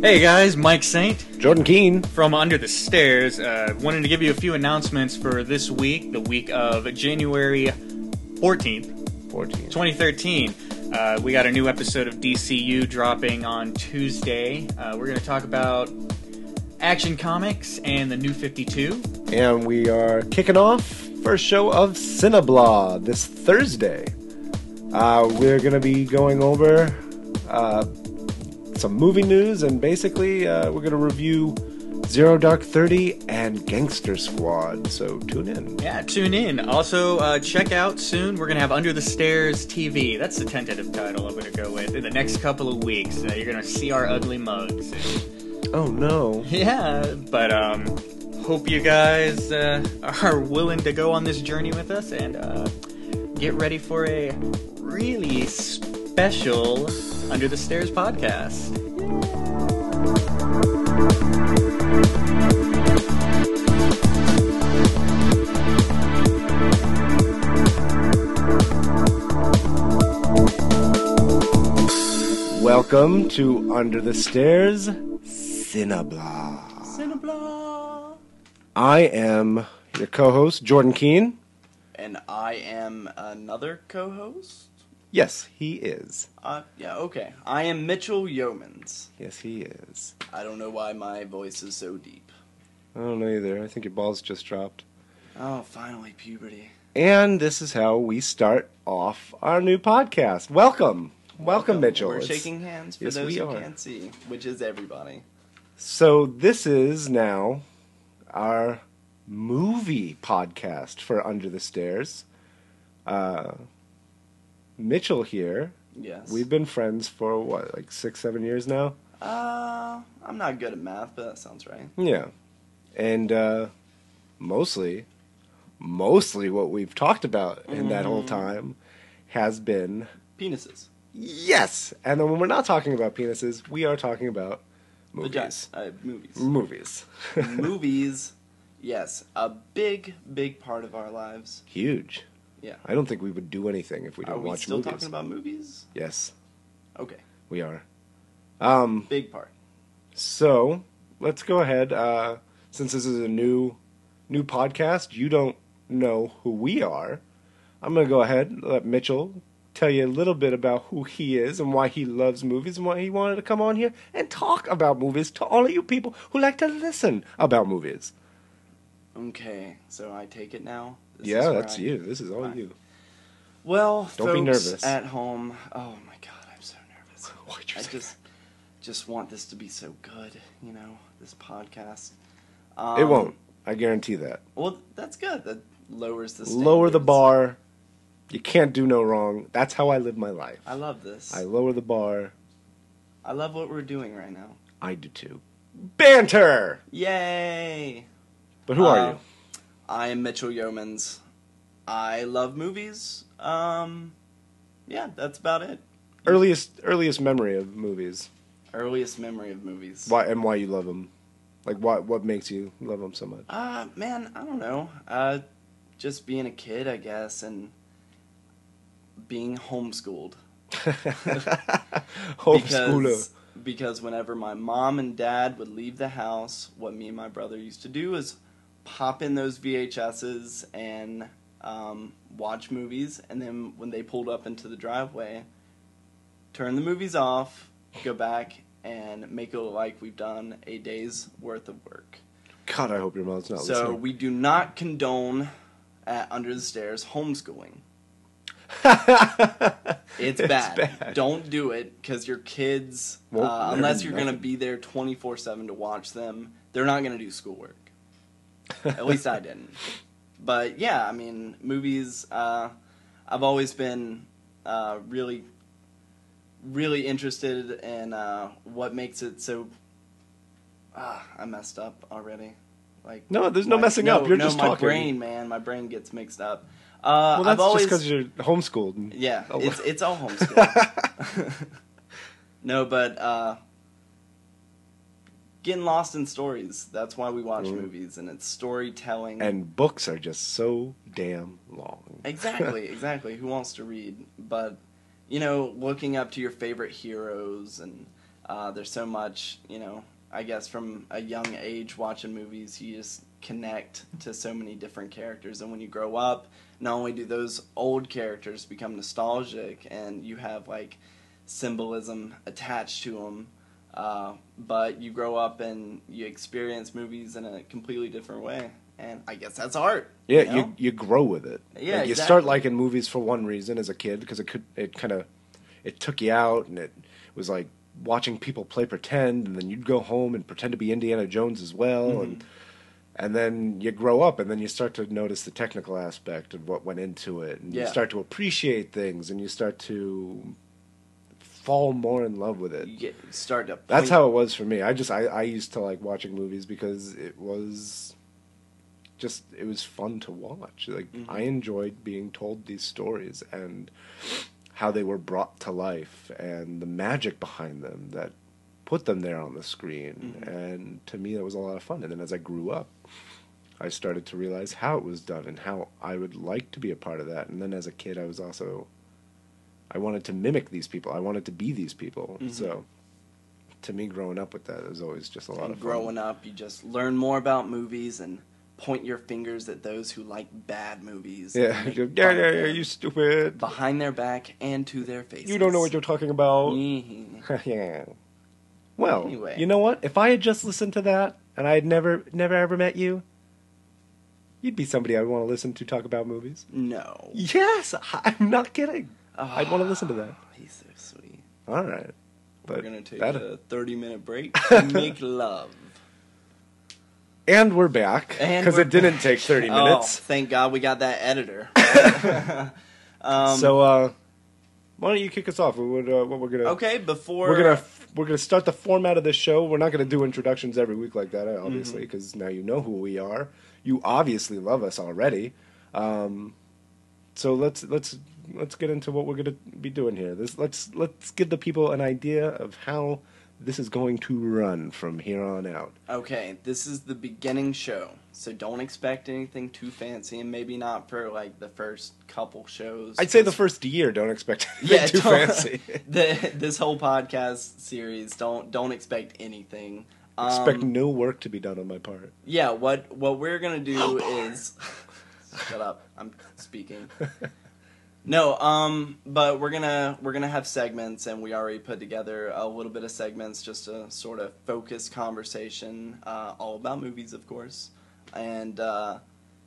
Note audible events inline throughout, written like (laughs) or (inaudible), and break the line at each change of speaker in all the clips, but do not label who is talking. Hey guys, Mike Saint
Jordan Keene.
from Under the Stairs. Uh, wanted to give you a few announcements for this week, the week of January 14th,
14.
2013. Uh, we got a new episode of DCU dropping on Tuesday. Uh, we're going to talk about Action Comics and the New 52.
And we are kicking off first show of Cineblah this Thursday. Uh, we're going to be going over uh, some movie news, and basically, uh, we're going to review Zero Dark 30 and Gangster Squad. So tune in.
Yeah, tune in. Also, uh, check out soon. We're gonna have Under the Stairs TV. That's the tentative title I'm gonna go with in the next couple of weeks. Uh, you're gonna see our ugly mugs.
Oh no.
Yeah, but um, hope you guys uh, are willing to go on this journey with us and uh, get ready for a really special Under the Stairs podcast.
Welcome to Under the Stairs Cineblah.
Cineblah.
I am your co host, Jordan Keene.
and I am another co-host.
Yes, he is.
Uh, yeah, okay. I am Mitchell Yeomans.
Yes, he is.
I don't know why my voice is so deep.
I don't know either. I think your balls just dropped.
Oh, finally puberty.
And this is how we start off our new podcast. Welcome. Welcome, Mitchell.
We're
It's-
shaking hands for
yes,
those
we
who
are.
can't see, which is everybody.
So, this is now our movie podcast for Under the Stairs. Uh, Mitchell here.
Yes.
We've been friends for what, like six, seven years now?
Uh, I'm not good at math, but that sounds right.
Yeah. And uh, mostly, mostly what we've talked about in that whole time has been
Penises.
Yes. And then when we're not talking about penises, we are talking about movies.
Vaginas. Uh, movies.
(laughs)
(laughs)
Movies.
movies. Yes, a big, big part of our lives.
Huge.
Yeah.
I don't think we would do anything if we
Are
didn't
we
watch
still
movies.
talking about movies?
yes,
Okay,
we are. Um,
big part.
so let's go ahead. Uh, since this is a new new podcast, you don't know who we are. I'm gonna go ahead and let Mitchell tell you a little bit about who he is and why he loves movies and why he wanted to come on here and talk about movies to all of you people who like to listen about movies.
Okay, so I take it now. This is
yeah,
where
that's
I-
you. This is all
Fine.
you.
Well,
Don't be
folks
nervous.
at home. Oh my god, I'm so nervous.
Why'd you
I
say
just just want this to be so good, you know, this podcast. Um,
it won't. I guarantee that.
Well, that's good. That lowers the
Lower the
standards.
bar. You can't do no wrong. That's how I live my life.
I love this.
I
I,
lower the bar.
love what we're doing right now.
I do too. Banter.
Yay!
But who
Uh,
are you?
I am Mitchell Yeomans. I love movies. Um, yeah, that's about it.
Earliest earliest memory of movies.
Earliest memory of movies.
Why and why you love them? Like what what makes you love them so much? (laughs)
Uh, man, I don't know. Uh, just being a kid, I guess, and being homeschooled.
Homeschooler.
Because, because whenever my mom and dad would leave the house, what me and my brother used to do is pop in those VHSs and um, watch movies, and then when they pulled up into the driveway, turn the movies off, go back, and make it look like we've done a day's worth of work.
God, I hope your mom's not
So
(laughs) listening.
we do not condone at Under the Stairs homeschooling.
(laughs)
It's, bad. Don't do it because your kids,
Won't
uh,
learn
unless you're going to
nothing.
be there 24 7 to watch them, they're not going to do schoolwork. At
(laughs)
least I didn't. But yeah, I mean, movies, uh, I've always been uh, really, really interested in uh, what makes it so. Ah, I messed up already. Like
No, there's no
my-
messing up. You're just
my
talking.
brain, man. My brain gets mixed up. Uh,
well,
I've
that's
always
just because you're homeschooled. and-
yeah,
Oh,
it's it's all homeschool.
(laughs)
no, but uh, getting lost in stories. That's why we watch
Mm.
movies, and it's storytelling.
and books are just so damn long.
(laughs) exactly, exactly. Who wants to read? But you know, looking up to your favorite heroes and Uh, there's so much, you know, I guess from a young age watching movies, you just connect to so many different characters. And when you grow up, not only do those old characters become nostalgic and you have like symbolism attached to them, uh, but you grow up and you experience movies in a completely different way. And I guess that's art.
Yeah,
you know?
you you grow with it.
Yeah,
Like, you
exactly.
start liking movies for one reason as a kid because it could it kind of it took you out and it was like watching people play pretend and then you'd go home and pretend to be Indiana Jones as well
Mm-hmm.
and and then you grow up and then you start to notice the technical aspect of what went into it and you
Yeah.
start to appreciate things and you start to fall more in love with it.
you get start to
That's
point-
how it was for me. I just I, I used to like watching movies because it was just it was fun to watch. Like I enjoyed being told these stories and how they were brought to life and the magic behind them that put them there on the screen.
Mm-hmm.
And to me that was a lot of fun. And then as I grew up, I started to realize how it was done and how I would like to be a part of that. And then as a kid I was also I wanted to mimic these people. I wanted to be these people.
Mm-hmm.
So to me growing up with that it was always just a lot of fun.
growing up, you just learn more about movies and point your fingers at those who like bad movies.
Yeah, (laughs)
and
yeah,
make
yeah,
fun
yeah,
of them
you stupid.
behind their back and to their faces.
You don't know what you're talking about.
Mhm.
(laughs) yeah. Well,
Anyway.
you know what? If I had just listened to that and I had never, never ever met you, you'd be somebody I'd want to listen to talk about movies.
No.
Yes, (laughs) I'm not kidding. I'd want to listen to that.
Oh, He's so sweet.
All right, but
Ah. We're gonna take
that-
a 30 minute
(laughs)
break to make love.
and we're back
And
because
we're
it didn't
back.
take 30
(laughs) Oh,
minutes.
thank God we got that
(laughs)
editor. um,
so, uh, why don't you kick us off? with What, uh, what we're gonna?
okay, before
we're gonna we're gonna start the format of this show. We're not gonna do introductions every week like that,
Mm-hmm.
obviously, because now you know who we are. You obviously love us already. Um, so let's let's let's get into what we're gonna be doing here. This let's let's give the people an idea of how this is going to run from here on out.
Okay, this is the beginning show, so don't expect anything too fancy, and maybe not for like the first couple shows.
I'd say the first year. Don't expect (laughs) anything
yeah,
too
don't-
fancy.
the, this whole podcast series, don't don't expect anything. (laughs) Um,
expect no work to be done on my part.
yeah, what what we're gonna do is (laughs) shut up. I'm speaking. No, um, but we're gonna we're gonna have segments, and we already put together a little bit of segments just to sort of focus conversation, uh, all about movies, of course, and uh,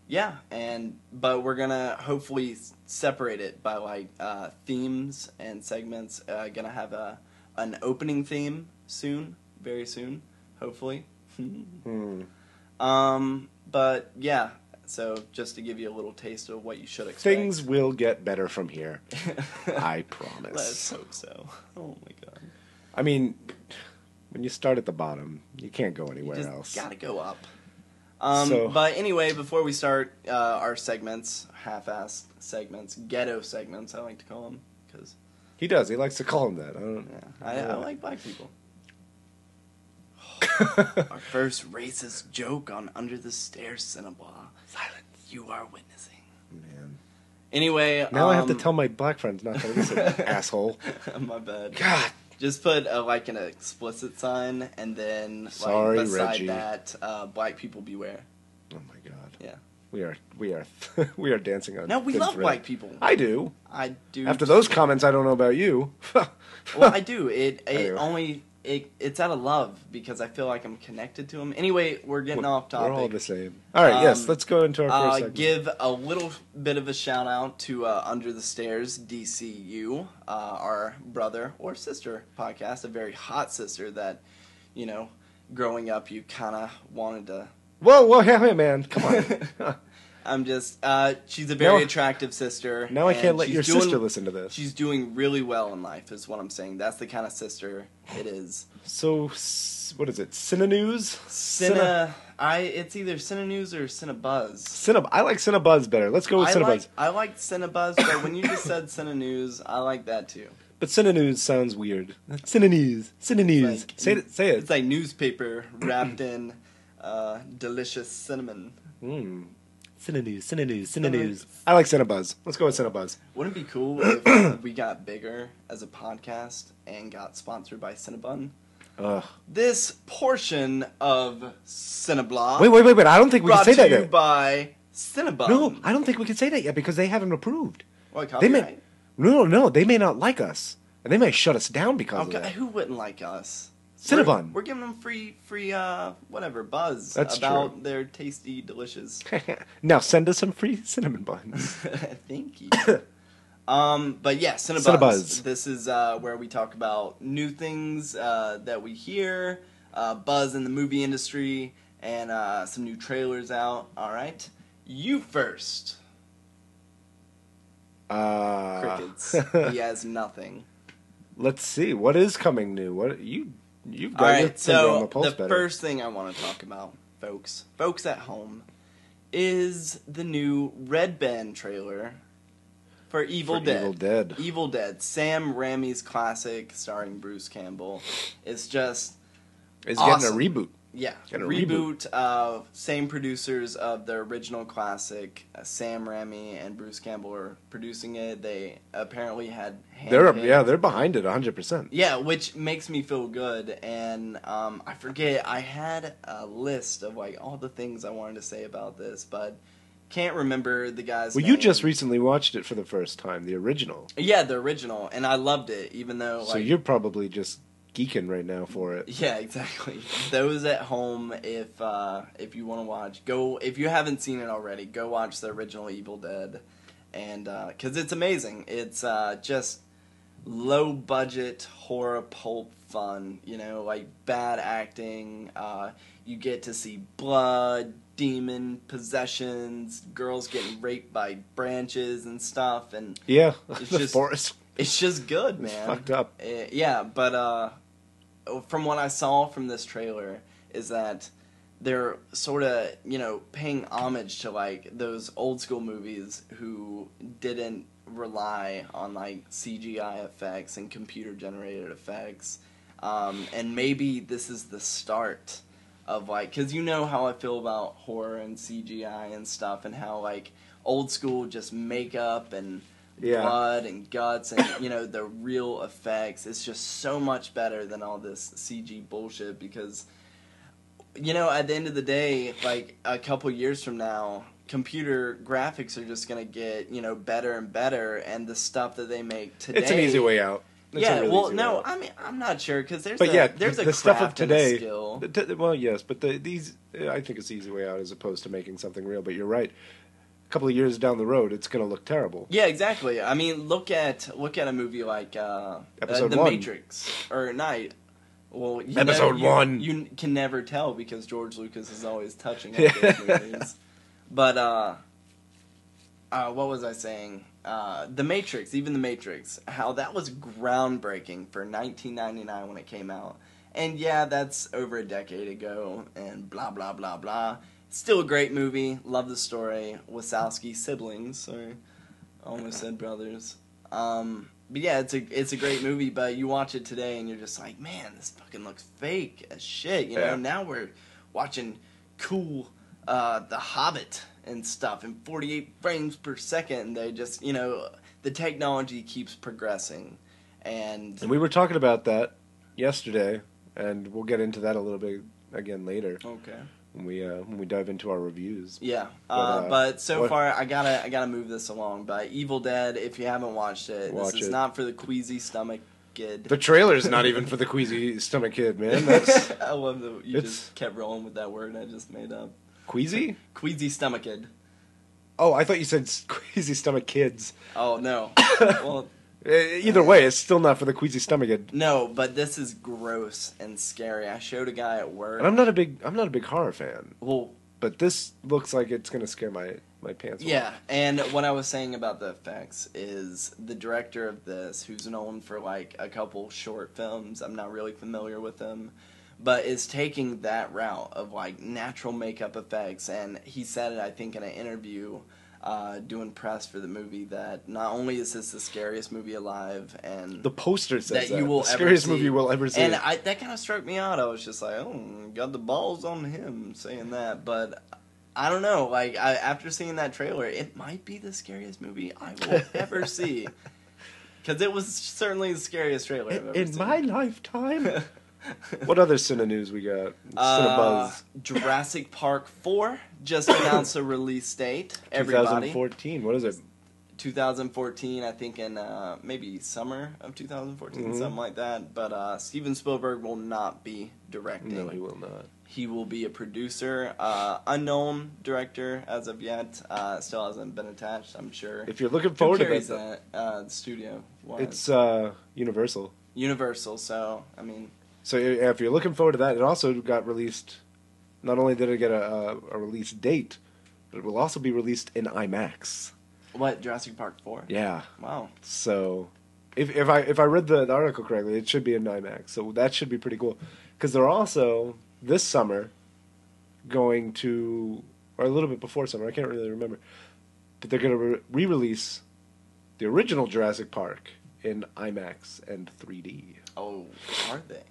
yeah, and but we're gonna hopefully s- separate it by like uh, themes and segments. Uh, gonna have a an opening theme soon, very soon, hopefully. (laughs)
Hmm.
Um, but yeah, so just to give you a little taste of what you should expect. (laughs)
Things will get better from here. I promise.
Let's hope so. Oh my god.
I mean, when you start at the bottom, you can't go
You
anywhere
just
else.
gotta go up. Um,
So-
But anyway, before we start uh, our segments, half-assed segments, ghetto segments, I like to call them because
He does. He likes to call him that. I don't.
yeah, I, I like black people.
like.
Our first racist joke on Under the Stairs Cinnabon. (laughs) Silence. You are witnessing.
Man.
Anyway,
Now I have to
um,
tell my black friends not to listen, asshole.
(laughs) my bad.
God.
Just put uh, like an explicit sign, and then like,
Sorry,
beside
Reggie.
that, uh, black people beware.
Oh my god.
Yeah.
We are. We are. (laughs) we are dancing on.
No, we
thin
love
thread.
black people.
I do.
I do.
After those comments, I don't know about you. (laughs)
well, I do. It it
Anyway.
only it it's out of love because I feel like I'm connected to him. Anyway, we're getting off topic.
We're all the same. All right. yes.
Um,
Let's go into our
uh,
first segment.
give a little bit of a shout out to uh, Under the Stairs DCU, uh, our brother or sister podcast, a very hot sister that, you know, growing up you kind of wanted to.
Whoa, whoa, (laughs) hey, hey, man! Come
(laughs)
on.
I'm just. Uh, she's a very
Now-
attractive sister.
now I
and
can't let
she's
your
doing-
sister listen to this.
She's doing really well in life, is what I'm saying. That's the kind of sister it is.
So, s- what is it? Cinenews.
Cine, I it's either Cinenews or Cinebuzz.
Cineb- I like Cinebuzz better. Let's go with
I
Cinebuzz.
like I like Cinebuzz, but when you just said Cinenews, I like that too.
But Cinenews sounds weird. Cinenews. Cinenews.
Like-
say it. Say it.
It's like newspaper wrapped in uh, delicious cinnamon.
mm. Cinenews. Cinenews. Cinenews. I like Cinebuzz. Let's go with Cinebuzz.
Wouldn't uh, it be cool if we got bigger as a podcast and got sponsored by Cinnabon?
Ugh.
This portion of Cineblog
Wait, wait, wait, wait. I don't think we can
brought
say
to
that
you
yet.
by Cinnabon.
No, I don't think we can say that yet because they haven't approved.
What,
They may,
copyright?
no, no, no. They may not like us, and they may shut us down because
Okay,
of that. (laughs)
who wouldn't like us?
Cinnabon.
We're, we're giving them free, free, uh, whatever buzz
That's
about
true.
their tasty,
(laughs)
delicious.
now send us some free cinnamon buns.
Thank
(laughs)
you. um, but yeah, Cinnabuzz.
Cinnabuzz.
This is uh, where we talk about new things uh, that we hear, uh, buzz in the movie industry, and uh, some new trailers out. All right, you first. (laughs)
Uh, (laughs)
Crickets. he has nothing.
Let's see what is coming new. What you you've got
All
your
right,
finger on the
so
pulse
the
better.
first thing I want to talk about, folks, folks at home, is the new Red Band trailer for Evil
For
Dead.
Evil Dead.
Evil Dead, Sam Raimi's classic starring Bruce Campbell. It's just
It's
awesome.
getting a reboot.
yeah,
Got a
reboot of same producers of the original classic. Uh, Sam Raimi and Bruce Campbell are producing it. They apparently had
They're
handpicked-
yeah, they're behind it 100. percent
yeah, which makes me feel good. And um, I forget, I had a list of like all the things I wanted to say about this, but can't remember the guy's.
Well, you
name.
just recently watched it for the first time, the original.
yeah, the original, and I loved it, even though like
so you're probably just geeking right now for it.
yeah, exactly. Those at home, if uh, if you want to watch, go. If you haven't seen it already, go watch the original Evil Dead, and because it's amazing. It's uh, just low budget horror pulp fun. You know, like bad acting. Uh, you get to see blood, demon possessions, girls getting raped by branches and stuff, and
Yeah,
It's
(laughs) the
just-
forest
it's just good,
is
man.
fucked up.
Uh, yeah, but uh, from what I saw from this trailer is that they're sort of you know paying homage to like those old school movies who didn't rely on like CGI effects and computer generated effects, um, and maybe this is the start of like because you know how I feel about horror and CGI and stuff and how like old school just makeup and
Yeah.
blood and guts and you know the real effects it's just so much better than all this cg bullshit because you know at the end of the day like a couple years from now computer graphics are just going to get you know better and better and the stuff that they make today
It's an easy way out. It's a
yeah
really
well
easy
no
way out.
i mean i'm not sure because there's
but
a,
yeah,
there's a
the stuff of
craft and a
today.
skill
the- the- well, yes, but the, these I think it's the easy way out as opposed to making something real. But you're right. A couple of years down the road, it's going to look terrible.
Yeah, exactly. I mean, look at look at a movie like uh, uh
Episode
The
one.
Matrix or Night. Well, you
Episode
never- you-
one.
You, can never tell because George Lucas is always touching on
(laughs) Yeah.
those movies. But uh, uh, what was I saying? Uh, the Matrix, even The Matrix, how that was groundbreaking for 1999 when it came out. And yeah, that's over a decade ago, and blah blah blah blah. Still a great movie. Love the story. Wasowski siblings. Sorry, I almost said brothers. Um, but yeah, it's a it's a great movie. But you watch it today, and you're just like, man, this fucking looks fake as shit. You know.
Yeah.
Now we're watching cool uh, The Hobbit and stuff in 48 frames per second. They just you know the technology keeps progressing, and
And we were talking about that yesterday, and we'll get into that a little bit again later
okay.
when we uh, when we dive into our reviews.
Yeah,
But,
uh,
uh,
but so
what-
far I gotta I gotta move this along. But Evil Dead, if you haven't watched it,
Watch
this is
it.
not for the queasy stomach kid.
The trailer's not even for the queasy stomach kid, man. (laughs) That's
(laughs) I love that you
it's-
just kept rolling with that word I just made up.
queasy.
Queasy stomach kid.
Oh, I thought you said s- queasy stomach (laughs) kids.
Oh
(coughs)
no. well,
Uh, Either way, it's still not for the queasy stomach kid.
no, but this is gross and scary. I showed a guy at work.
And I'm not a big I'm not a big horror fan,
well,
but this looks like it's gonna scare my my pants. off.
Yeah, and what I was saying about the effects is the director of this, who's known for like a couple short films, I'm not really familiar with him, but is taking that route of like natural makeup effects. And he said it, I think, in an interview uh, doing press for the movie that not only is this the scariest movie alive, and
The poster says
that
that.
you will
the scariest
ever see.
movie we'll ever see.
And I, that kind of struck me out. I was just like, oh, got the balls on him saying that. But I don't know. Like I, after seeing that trailer, it might be the scariest movie I
(laughs)
will ever see. Because it was certainly the scariest trailer I've
in
ever (laughs)
in
seen.
my lifetime. What other Cinenews we got?
Uh,
Cinebuzz.
Jurassic Park 4 just announced a release
(coughs)
date. Everybody.
2014. What is it?
2014, I think in uh, maybe summer of 2014,
Mhm.
something like that. But uh, Steven Spielberg will not be directing.
No, he will not.
He will be a producer, uh, unknown director as of yet. Uh, still hasn't been attached, I'm sure.
If you're looking forward
Who
to
carries
that,
that
though,
uh, studio? wise?
it's uh, Universal.
Universal, so I mean,
So i- if you're looking forward to that, it also got released. Not only did it get a, a, a release date, but it will also be released in IMAX.
what Jurassic Park four?
Yeah.
Wow.
So, if if I if I read the, the article correctly, it should be in IMAX. So that should be pretty cool. Because they're also this summer going to, or a little bit before summer. I can't really remember, but they're going to re release the original Jurassic Park in IMAX and 3D.
Oh, are they?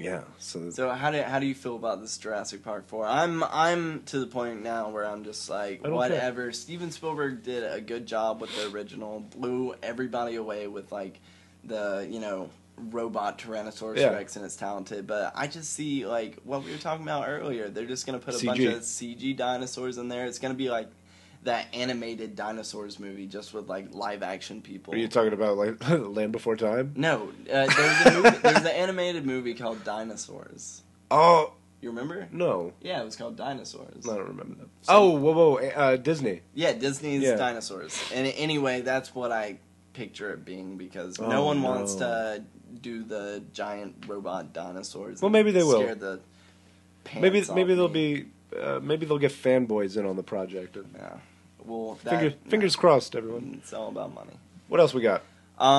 Yeah. So,
So how do how do you feel about this Jurassic Park four? I'm I'm to the point now where I'm just like
I don't care.
whatever. Steven Spielberg did a good job with the original, blew everybody away with like the you know robot Tyrannosaurus
Yeah.
Rex and it's talented, but I just see like what we were talking about earlier. They're just gonna put a bunch
CG.
of CG dinosaurs in there. It's gonna be like that animated dinosaurs movie just with like live action people.
are you talking about like (laughs) Land Before Time?
no, uh, there's a movie, there's an (laughs) animated movie called Dinosaurs.
Oh
You remember?
no,
Yeah, it was called Dinosaurs.
I don't remember that.
So-
oh, whoa, whoa, uh, Disney.
Yeah, Disney's
Yeah.
Dinosaurs. And anyway, that's what I picture it being because no
Oh,
one wants
no.
to do the giant robot dinosaurs.
Well,
and
maybe they will.
Scare the pants
Maybe
off
maybe they'll
me.
be uh, maybe they'll get fanboys in on the project.
Yeah. Well, that,
Fingers, fingers crossed, everyone.
It's all about money.
What else we got?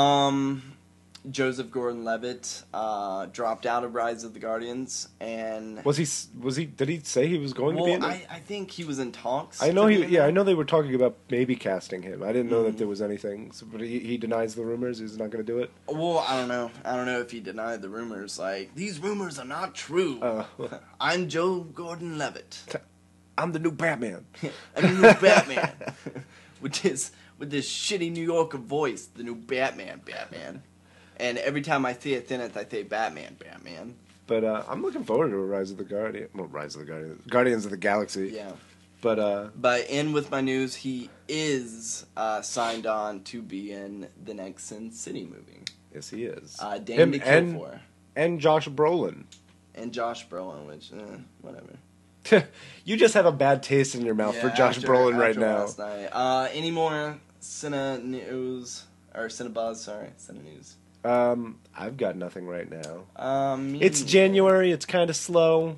Um, Joseph Gordon-Levitt uh, dropped out of Rise of the Guardians, and
Was he? s- Was he? Did he say he was going
well,
to be in
I,
it?
I think he was in talks.
I know
to
he.
be in
Yeah,
it.
I know they were talking about maybe casting him. I didn't know
Mhm.
that there was anything, so, but he, he denies the rumors. He's not going to do it.
Well, I don't know. I don't know if he denied the rumors. Like these rumors are not true.
Uh, (laughs)
I'm Joe Gordon Levitt.
I'm the new Batman.
(laughs) I'm the new Batman. with this with this shitty New Yorker voice, the new Batman, Batman. And every time I see a sentence, I say Batman, Batman.
(laughs) But uh, I'm looking forward to Rise of the Guardian. Well, Rise of the Guardian, Guardians of the Galaxy.
Yeah.
But uh,
But in with my news, he is uh, signed on to be in the next Sin City movie.
yes, he is.
Uh, Danny
Him
to kill
and
for.
and Josh Brolin.
And Josh Brolin, which eh, whatever.
you just have a bad taste in your mouth for
Yeah,
Josh
after-
Brolin right
after
now.
last night. Uh, any more Cine News or Cinebuzz? Sorry, Cine News.
Um, I've got nothing right now.
Um,
It's January. It's kind of slow.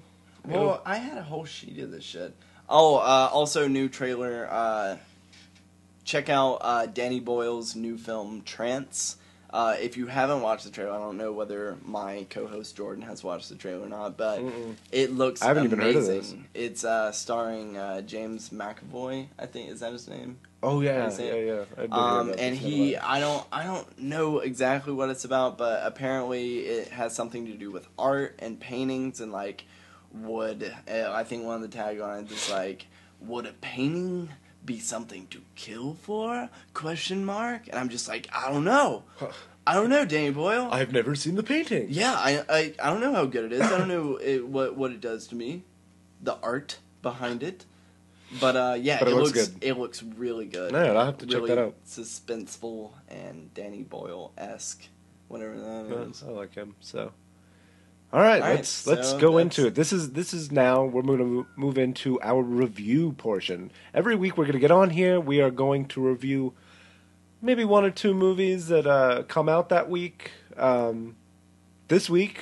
Well, I had a whole sheet of this shit. Oh, uh, also new trailer. Uh, check out uh, Danny Boyle's new film Trance. Uh, if you haven't watched the trailer, I don't know whether my co-host Jordan has watched the trailer or not, but
Mm-mm.
it looks.
Mm. I haven't even heard of
amazing. It's uh, starring uh, James McAvoy. I think is that his name.
Oh yeah,
Is
yeah,
it?
yeah. I did hear
um,
about
and
this, never
he
mind.
i don't i don't know exactly what it's about but apparently it has something to do with art and paintings and like would uh, i think one of the taglines is like would a painting be something to kill for question mark and i'm just like i don't know i don't know danny boyle
I've never seen the painting.
yeah I, I i don't know how good it is i don't
(coughs)
know it, what what it does to me the art behind it but uh, yeah,
But it
it,
looks
looks,
good.
it looks really good.
No, I'll have to check
really
that out.
Suspenseful and Danny Boyle esque, whatever that
Yeah,
is.
I like him. So, all right,
Mm-hmm. All right,
let's let's
so
go
that's-
into it. This is this is now we're going to move into our review portion. Every week we're going to get on here. We are going to review maybe one or two movies that uh, come out that week. Um, this week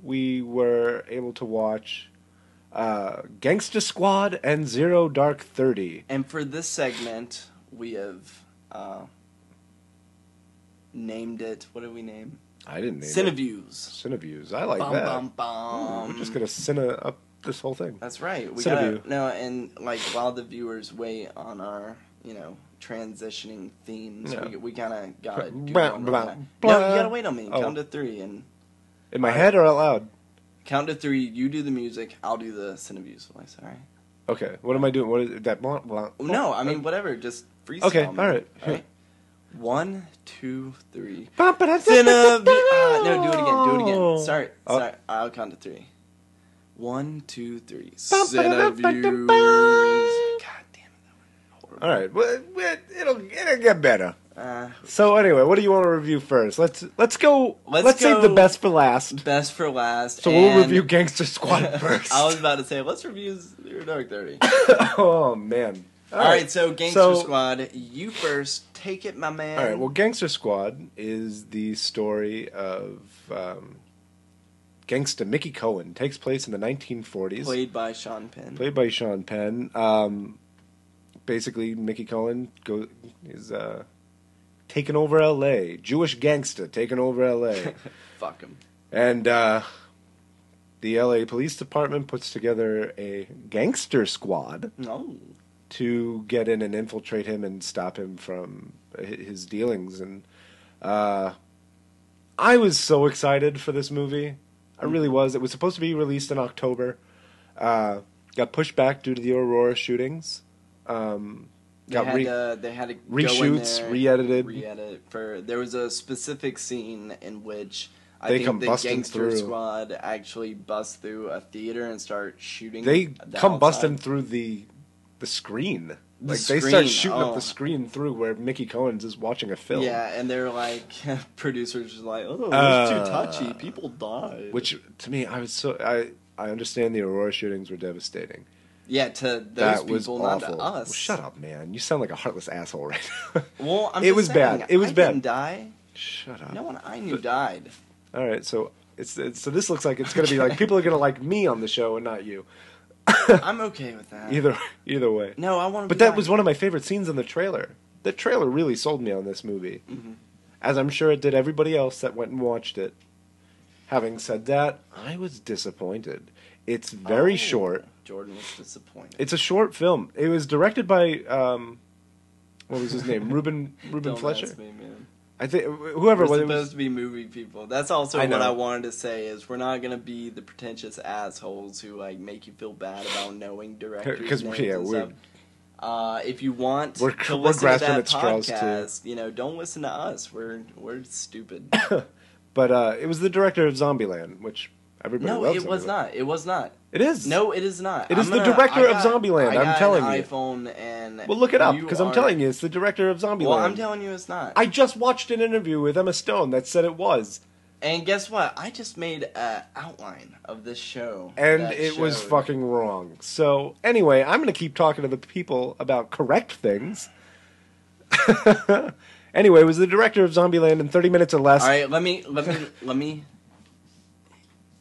we were able to watch uh, Gangsta Squad and Zero Dark Thirty.
And for this segment, we have uh, named it. What did we name?
I didn't name it.
Cineviews.
Cineviews. I like
bum,
that.
bum
Ooh,
bum
We're just gonna cine up this whole thing.
That's right. We
Cineview.
gotta no, and like while the viewers wait on our, you know, transitioning themes,
Yeah.
we, we gotta gotta do
Blah,
one
blah,
on that.
blah.
No, you gotta wait on me.
Oh.
Count to three and
In my head or out loud?
count to three. You do the music. I'll do the cineviews voice. All right.
Okay. What am I doing? What is that? Blah, blah.
No, I mean whatever. Just freestyle.
Okay,
man.
(laughs) all right.
All right. One, two,
(laughs)
three.
Bum, ba, da, da,
Then,
da,
uh,
da,
be- uh, no, do it again. Do it
da.
again. Sorry,
Oh.
sorry. I'll count to three. One, two, three.
Bum, ba, da, da,
Cineviewers.
ba, da,
God damn it, that
ba.
was horrible.
All right, well, it- it'll it'll get better.
Uh,
So anyway, what do you want to review first? Let's let's go. Let's,
Let's
save the
go-
best for last.
best for last.
So
and-
we'll review
(laughs)
Gangster Squad first.
I was about to say, let's review Zero Dark Thirty.
(laughs) oh man!
All right, so Gangster
So-
Squad, you first. Take it, my man.
All right. Well, Gangster Squad is the story of um, gangster Mickey Cohen. Takes place in the 1940s.
played by Sean Penn.
played by Sean Penn. Um, basically, Mickey Cohen go, is uh, taking over L.A. Jewish gangster taking over L.A.
Fuck him.
and uh, the L.A. Police Department puts together a gangster squad
No.
to get in and infiltrate him and stop him from hi- his dealings. And uh, I was so excited for this movie.
Hmm.
I really was. It was supposed to be released in October. Uh, got pushed back due to the Aurora shootings. Um,
They
got
had
re-
to, they had to
reshoots,
go in there,
re-edited.
re-edit for. There was a specific scene in which I
They
think
come
the
busting
gangster
through.
squad actually bust through a theater and start shooting.
they
the
come
outside.
busting through the the screen.
The
like they start
screen,
shooting up
oh.
the screen through where Mickey Cohen's is watching a film.
Yeah, and they're like (laughs) producers are like, oh, that's
Uh,
too touchy. People die.
Which to me, I was so I I understand the Aurora shootings were devastating.
yeah, to those
that was
people,
awful.
not to us.
Well, shut up, man. You sound like a heartless asshole right now.
(laughs) Well, I'm
It
just
was bad.
saying,
It was
I
bad. Uh,
Didn't die.
shut up.
No one I knew died.
All right, so it's, it's so this looks like it's gonna be like people are gonna like me on the show and not you. (laughs)
I'm okay with that.
Either either way.
No, I want to.
But that was one of my favorite scenes in the trailer. The trailer really sold me on this movie,
Mm-hmm.
as I'm sure it did everybody else that went and watched it. Having said that, I was disappointed. It's
Oh.
very short.
Jordan was disappointed.
It's a short film. It was directed by um, what was his
(laughs)
name? Ruben Ruben
Don't
Fletcher.
ask me, man.
I think whoever
We're
was,
supposed to be movie people. That's also
I
what
know.
I wanted to say is we're not gonna be the pretentious assholes who like make you feel bad about knowing directors.
'Cause,
names
yeah,
and
we're-
stuff. Uh, if you want
We're-
to
we're
listen
grasping
to that
at straws, too.
podcast, you know, don't listen to us. We're we're stupid.
but uh, it was the director of Zombieland, which (laughs) everybody
no,
loves.
it was
Zombieland.
not. It was not.
It is.
No, it is not.
It
I'm
is the
gonna-
director
I
of Zombieland,
I
I'm
got
telling
an
you.
iPhone and
Well, look it up
you
because I'm
are-
telling you, it's the director of Zombieland.
Well, I'm telling you, it's not.
I just watched an interview with Emma Stone that said it was,
And guess what? I just made an outline of this show.
and
that
it was
showed-
fucking wrong. So anyway, I'm going to keep talking to the people about correct things. (laughs) anyway, it was the director of Zombieland in 30 minutes or less.
All right, let me, let
(laughs)
me, let me.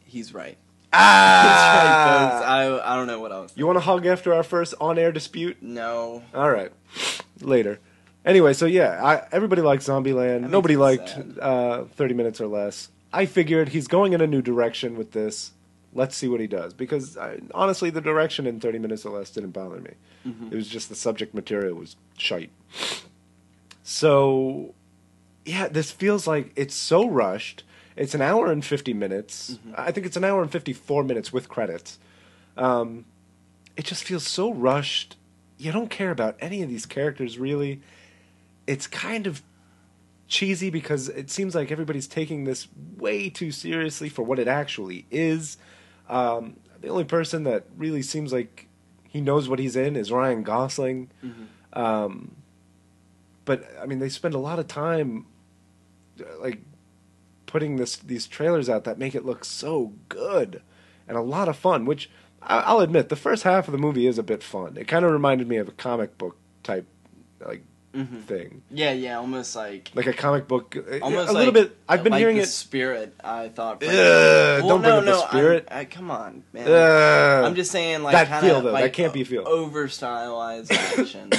He's right. He's (laughs) right, folks.
Ah!
I, I don't know what else.
you want to hug after our first on-air dispute?
No.
All right, later. Anyway, so yeah, I, everybody liked Zombieland.
makes
Nobody
me
liked
sad.
uh, Thirty Minutes or Less. I figured he's going in a new direction with this. Let's see what he does because I, honestly, the direction in Thirty Minutes or Less didn't bother me.
Mm-hmm.
It was just the subject material was shite. So, yeah, this feels like it's so rushed. It's an hour and fifty minutes.
Mm-hmm.
I think it's an hour and fifty-four minutes with credits it just feels so rushed. You don't care about any of these characters really. It's kind of cheesy because it seems like everybody's taking this way too seriously for what it actually is. Um, the only person that really seems like he knows what he's in is Ryan Gosling. Um, but I mean, they spend a lot of time uh, like putting this these trailers out that make it look so good and a lot of fun. Which I, I'll admit, the first half of the movie is a bit fun. It kind of reminded me of a comic book type like
Mm-hmm.
thing,
Yeah, yeah, almost like.
like a comic book. uh,
Almost
a little
like-
bit. I've been
like
hearing
the
it.
Spirit, I thought.
Ugh,
from-
don't bring up the
I'm-
spirit.
I, come on, man.
Ugh.
I'm just saying, like
That
kinda,
feel, though, that
like,
can't be a feel.
Over stylized action,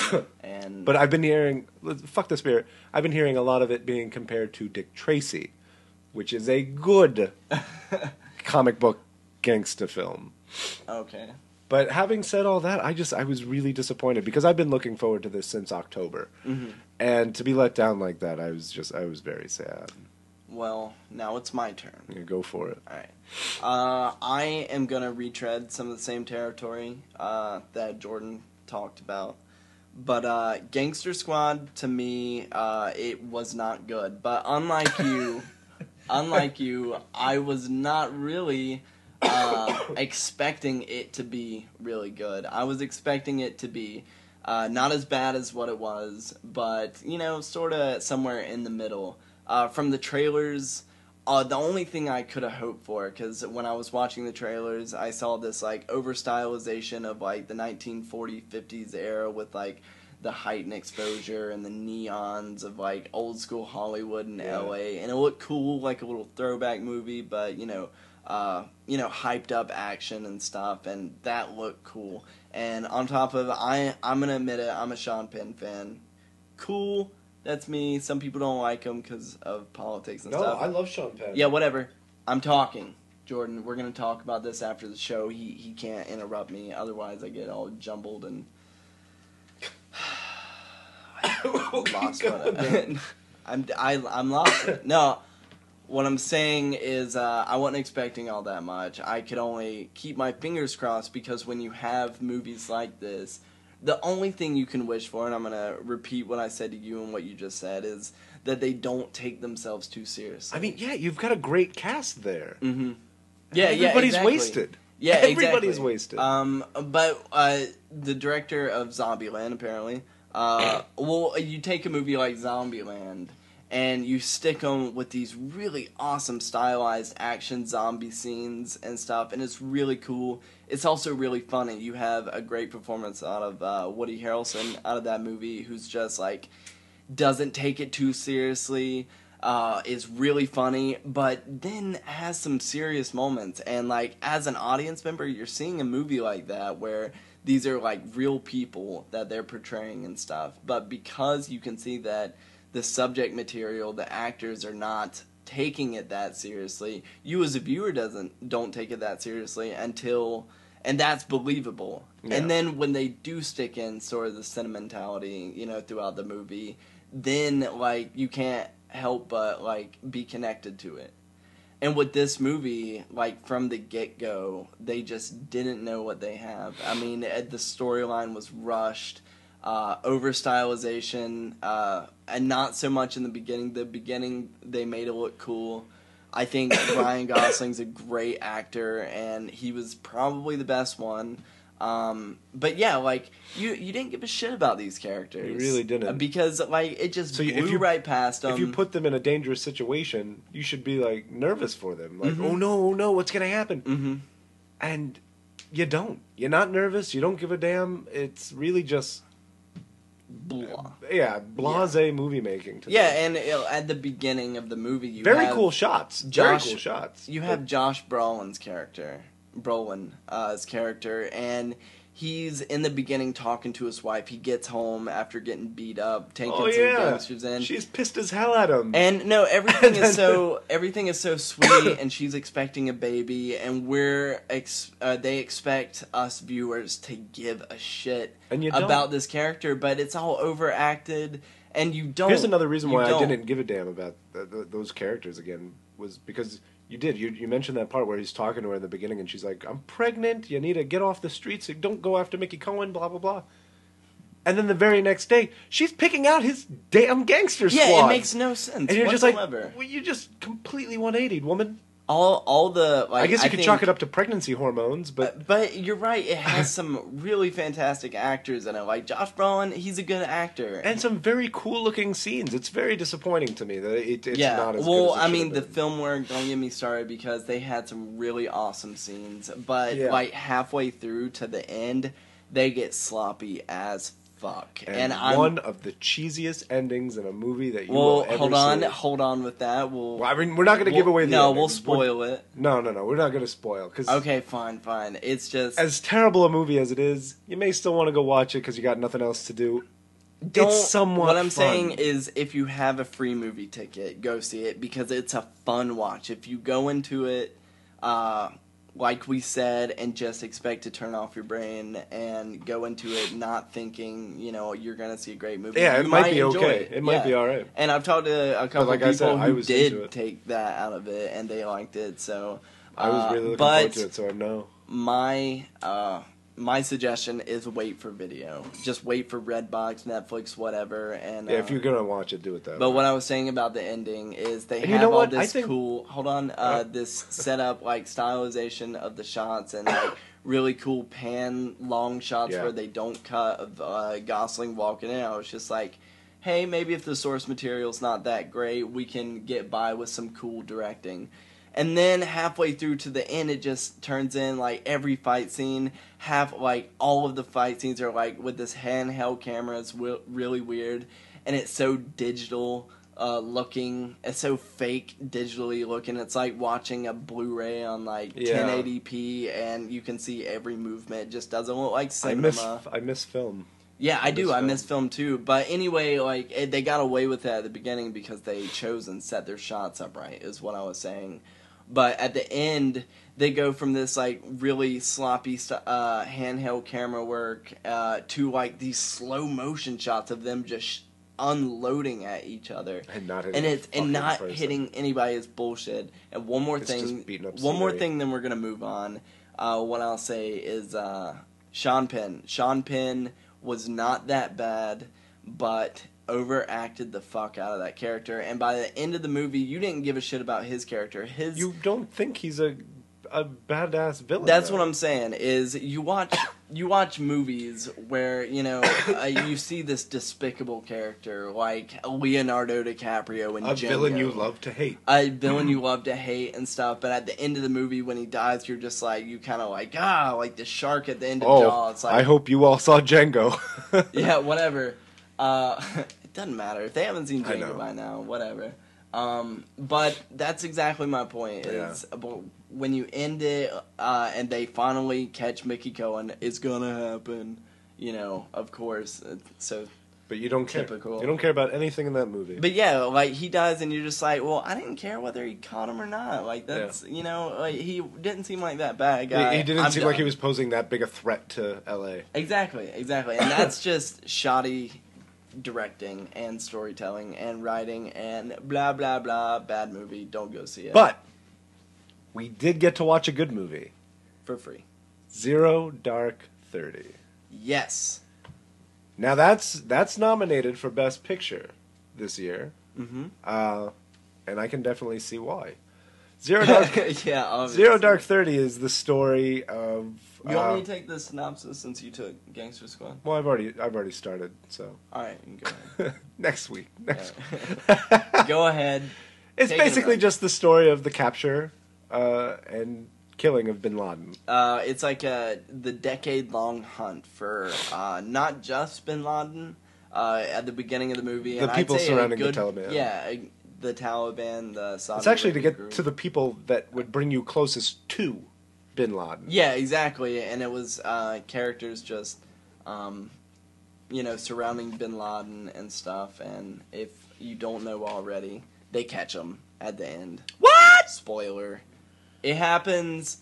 and
(coughs) But I've been hearing fuck the spirit. I've been hearing a lot of it being compared to Dick Tracy, which is a good
(laughs)
comic book gangster film.
okay,
But having said all that, I just I was really disappointed because I've been looking forward to this since October,
Mm-hmm.
and to be let down like that, I was just I was very sad.
well, now it's my turn.
You go for it.
Alright. Uh, I am going to retread some of the same territory uh, that Jordan talked about. But uh, Gangster Squad to me, uh, it was not good. But unlike you, unlike you, I was not really uh, (coughs) expecting it to be really good. I was expecting it to be uh, not as bad as what it was, but you know, sort of somewhere in the middle. Uh, from the trailers, uh, the only thing I could have hoped for, because when I was watching the trailers, I saw this like overstylization of like the 1940s, 50s era with like the height and exposure and the neons of like old school Hollywood and
Yeah.
LA, and it looked cool, like a little throwback movie, but you know, uh, you know, hyped up action and stuff, and that looked cool. And on top of I, I'm gonna admit it, I'm a Sean Penn fan. Cool, that's me. Some people don't like him because of politics and
No,
stuff.
I love Sean Penn. (laughs)
Yeah, whatever. I'm talking, Jordan. We're gonna talk about this after the show. He he can't interrupt me, otherwise I get all jumbled and lost. What (laughs) I, I'm I, I'm lost. no, what I'm saying is uh, I wasn't expecting all that much. I could only keep my fingers crossed because when you have movies like this, the only thing you can wish for, and I'm gonna repeat what I said to you and what you just said, is that they don't take themselves too seriously.
(laughs) I mean, yeah, you've got a great cast there.
Mm-hmm. Yeah, yeah,
everybody's
exactly.
wasted.
Yeah,
(laughs) everybody's
exactly.
wasted.
Um, but uh, the director of Zombieland, apparently,
(clears throat)
uh, well, you take a movie like Zombieland and you stick them with these really awesome stylized action zombie scenes and stuff, and it's really cool. It's also really funny. You have a great performance out of uh, Woody Harrelson out of that movie, who's just like doesn't take it too seriously uh, is really funny but then has some serious moments and like as an audience member you're seeing a movie like that where these are like real people that they're portraying and stuff but because you can see that the subject material the actors are not taking it that seriously you as a viewer doesn't don't take it that seriously until and that's believable
Yeah.
and then then when they do stick in sort of the sentimentality, you know, throughout the movie, then like you can't help but like be connected to it. And with this movie, like from the get go, they just didn't know what they have. I mean, eh, the storyline was rushed, uh, over stylization, uh, and not so much in the beginning. The beginning they made it look cool. I think
(coughs)
Ryan Gosling's a great actor, and he was probably the best one. Um, but yeah, like you, you didn't give a shit about these characters.
You really didn't.
because like it just
So you-
blew
if you-
right past them.
if you put them in a dangerous situation, you should be like nervous for them. Like,
Mhm.
oh no, oh no, what's gonna happen?
hmm
And you don't. You're not nervous. You don't give a damn. It's really just
blah.
yeah, blase movie making. To
Yeah, and
me.
uh, at the beginning of the movie, you
very
have,
cool shots.
Josh-
very cool shots.
You have Josh Brolin's character, Brolin, uh, his character, and he's in the beginning talking to his wife. He gets home after getting beat up, taking
oh
some
yeah,
gangsters in.
she's pissed as hell at him.
And no, everything
And
is
(laughs)
so everything is so sweet, and she's expecting a baby, and we're ex- uh, they expect us viewers to give a shit
And you don't.
about this character, but it's all overacted, and you don't.
Here's another reason
you
why I
don't.
didn't give a damn about th th those characters again was because you did. You, you mentioned that part where he's talking to her in the beginning, and she's like, "I'm pregnant. You need to get off the streets. and Don't go after Mickey Cohen." Blah blah blah. And then the very next day, she's picking out his damn gangster squad.
Yeah, it makes no sense.
And you're just like,
whatsoever.
well, you just completely 180, woman.
all all the like.
I guess you could
think, Uh,
chalk it up to pregnancy hormones, but
But you're right. It has some really fantastic actors in it. Like Josh Brolin, he's a good actor.
and some very cool looking scenes. It's very disappointing to me that it, it's
yeah.
not as
well,
good as it
I
should
mean,
have
the
been.
film work. Don't get me started because they had some really awesome scenes. But
Yeah.
like halfway through to the end, they get sloppy as fuck.
and,
And, I'm
one of the cheesiest endings in a movie that you will
well,
ever
hold on,
see.
hold on with that. We'll.
Well, I mean, we're not going to
we'll-
give away the
No,
ending.
we'll spoil it.
We're- no, no, no. We're not going to spoil because
Okay, fine, fine. It's just
as terrible a movie as it is, you may still want to go watch it because you got nothing else to do.
don't,
it's somewhat.
what I'm
fun.
saying is if you have a free movie ticket, go see it because it's a fun watch. If you go into it uh like we said and just expect to turn off your brain and go into it not thinking, you know, you're going to see a great movie.
yeah, it
you
might be
enjoy
okay. It, might
Yeah.
be all right.
And I've talked to a couple
like I
people
said,
who
I was into
did
it.
take that out of it and they liked it. So
I was
uh,
really looking
but
forward to it, so I know.
my uh my suggestion is wait for video. Just wait for Redbox, Netflix, whatever. And
Yeah, if
uh,
you're gonna watch it, do it that
But
way.
what I was saying about the ending is they
And you
have
know
all
what? I
this
think-
cool. Hold on, uh,
Uh.
this setup like stylization of the shots and like really cool pan long shots
Yeah.
where they don't cut of uh, Gosling walking in. I was just like, hey, maybe if the source material's not that great, we can get by with some cool directing. And then halfway through to the end, it just turns in like every fight scene. Half like all of the fight scenes are like with this handheld camera. It's wi- really weird, and it's so digital uh, looking. It's so fake digitally looking. It's like watching a Blu-ray on like
Yeah.
1080p, and you can see every movement. It just doesn't look like
I
cinema.
miss I miss film.
Yeah, I,
I
do.
miss
I
film.
miss film too. But anyway, like it, they got away with it at the beginning because they chose and set their shots up right. Is what I was saying. But at the end, they go from this like really sloppy st- uh, handheld camera work uh, to like these slow motion shots of them just sh- unloading at each other
And not hitting
and
a
it's
fucking
and not
person.
hitting anybody is bullshit. And one more
It's
thing,
just beating up
one more
scenery.
thing, then we're gonna move on. Uh, what I'll say is uh, Sean Penn. Sean Penn was not that bad, but overacted the fuck out of that character. And by the end of the movie, you didn't give a shit about his character. His
You don't think he's a a badass villain?
that's
though.
what I'm saying. Is you watch you watch movies where you know uh, you see this despicable character like Leonardo DiCaprio and
A villain
Django.
you love to hate.
a villain you love to hate and stuff, but at the end of the movie when he dies, you're just like you kind of like ah, like the shark at the end of Jaws.
Oh,
It's like
I hope you all saw Django.
(laughs)
(laughs)
yeah, whatever. Uh, (laughs) it doesn't matter if they haven't seen
I
Django
know.
by now. Whatever. Um, but that's exactly my point. Is about when you end it uh, and they finally catch Mickey Cohen, it's gonna happen. You know, of course. Uh, So
But you don't care.
Typical.
You don't care about anything in that movie.
But yeah, like he dies, and you're just like, well, I didn't care whether he caught him or not. Like that's you know, like he didn't seem like that bad
He-
guy.
he, didn't
I'm
seem like he
done.
was posing that big a threat to L.A.
exactly, exactly, and that's just shoddy directing and storytelling and writing and blah blah blah. Bad movie. Don't go see it.
But we did get to watch a good movie,
for free.
Zero Dark Thirty.
Yes.
Now that's that's nominated for Best Picture this year,
Mm-hmm.
uh, and I can definitely see why.
(laughs)
Zero
(laughs)
Dark
yeah. Obviously.
Zero Dark Thirty is the story of.
You want
uh,
me to take the synopsis since you took Gangster Squad?
well, I've already I've already started, so (laughs)
All right, you can go ahead.
next week. Next week.
go ahead.
(laughs) It's
Take it
basically
away.
just the story of the capture uh, and killing of Bin Laden.
Uh, it's like a, the decade long hunt for uh, not just Bin Laden uh, at the beginning of the movie.
The
and I'd
people
say a
surrounding the
good-
Taliban.
Yeah, a- the Taliban, the Saudi.
It's actually to
Arabian
get
group.
to the people that would bring you closest to Bin Laden.
Yeah, exactly. And it was uh, characters just, um, you know, surrounding Bin Laden and stuff. And if you don't know already, they catch him at the end. What? Spoiler. It happens.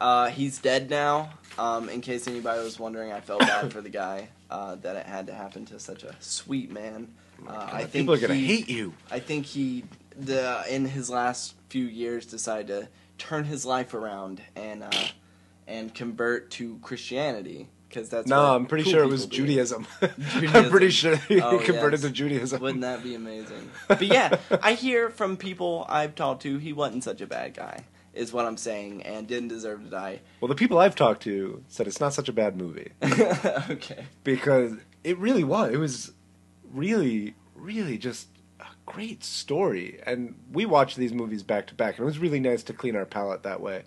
Uh, he's dead now. Um, in case anybody was wondering, I felt bad for the guy uh, that it had to happen to such a sweet man. Uh, I think
people are gonna
he-
hate you.
I think he the in his last few years decided to turn his life around and uh, and convert to Christianity because that's
No,
what
I'm pretty
cool
sure it was
people do. (laughs)
Judaism. I'm
Judaism.
pretty sure he
Oh,
converted
yes.
to Judaism.
Wouldn't that be
(laughs)
amazing? But yeah, I hear from people I've talked to he wasn't such a bad guy is what I'm saying and didn't deserve to die. (laughs)
Well, the people I've talked to said it's not such a bad movie
okay.
because it really was. It was really, really just a great story. And we watched these movies back to back, and it was really nice to clean our palate that way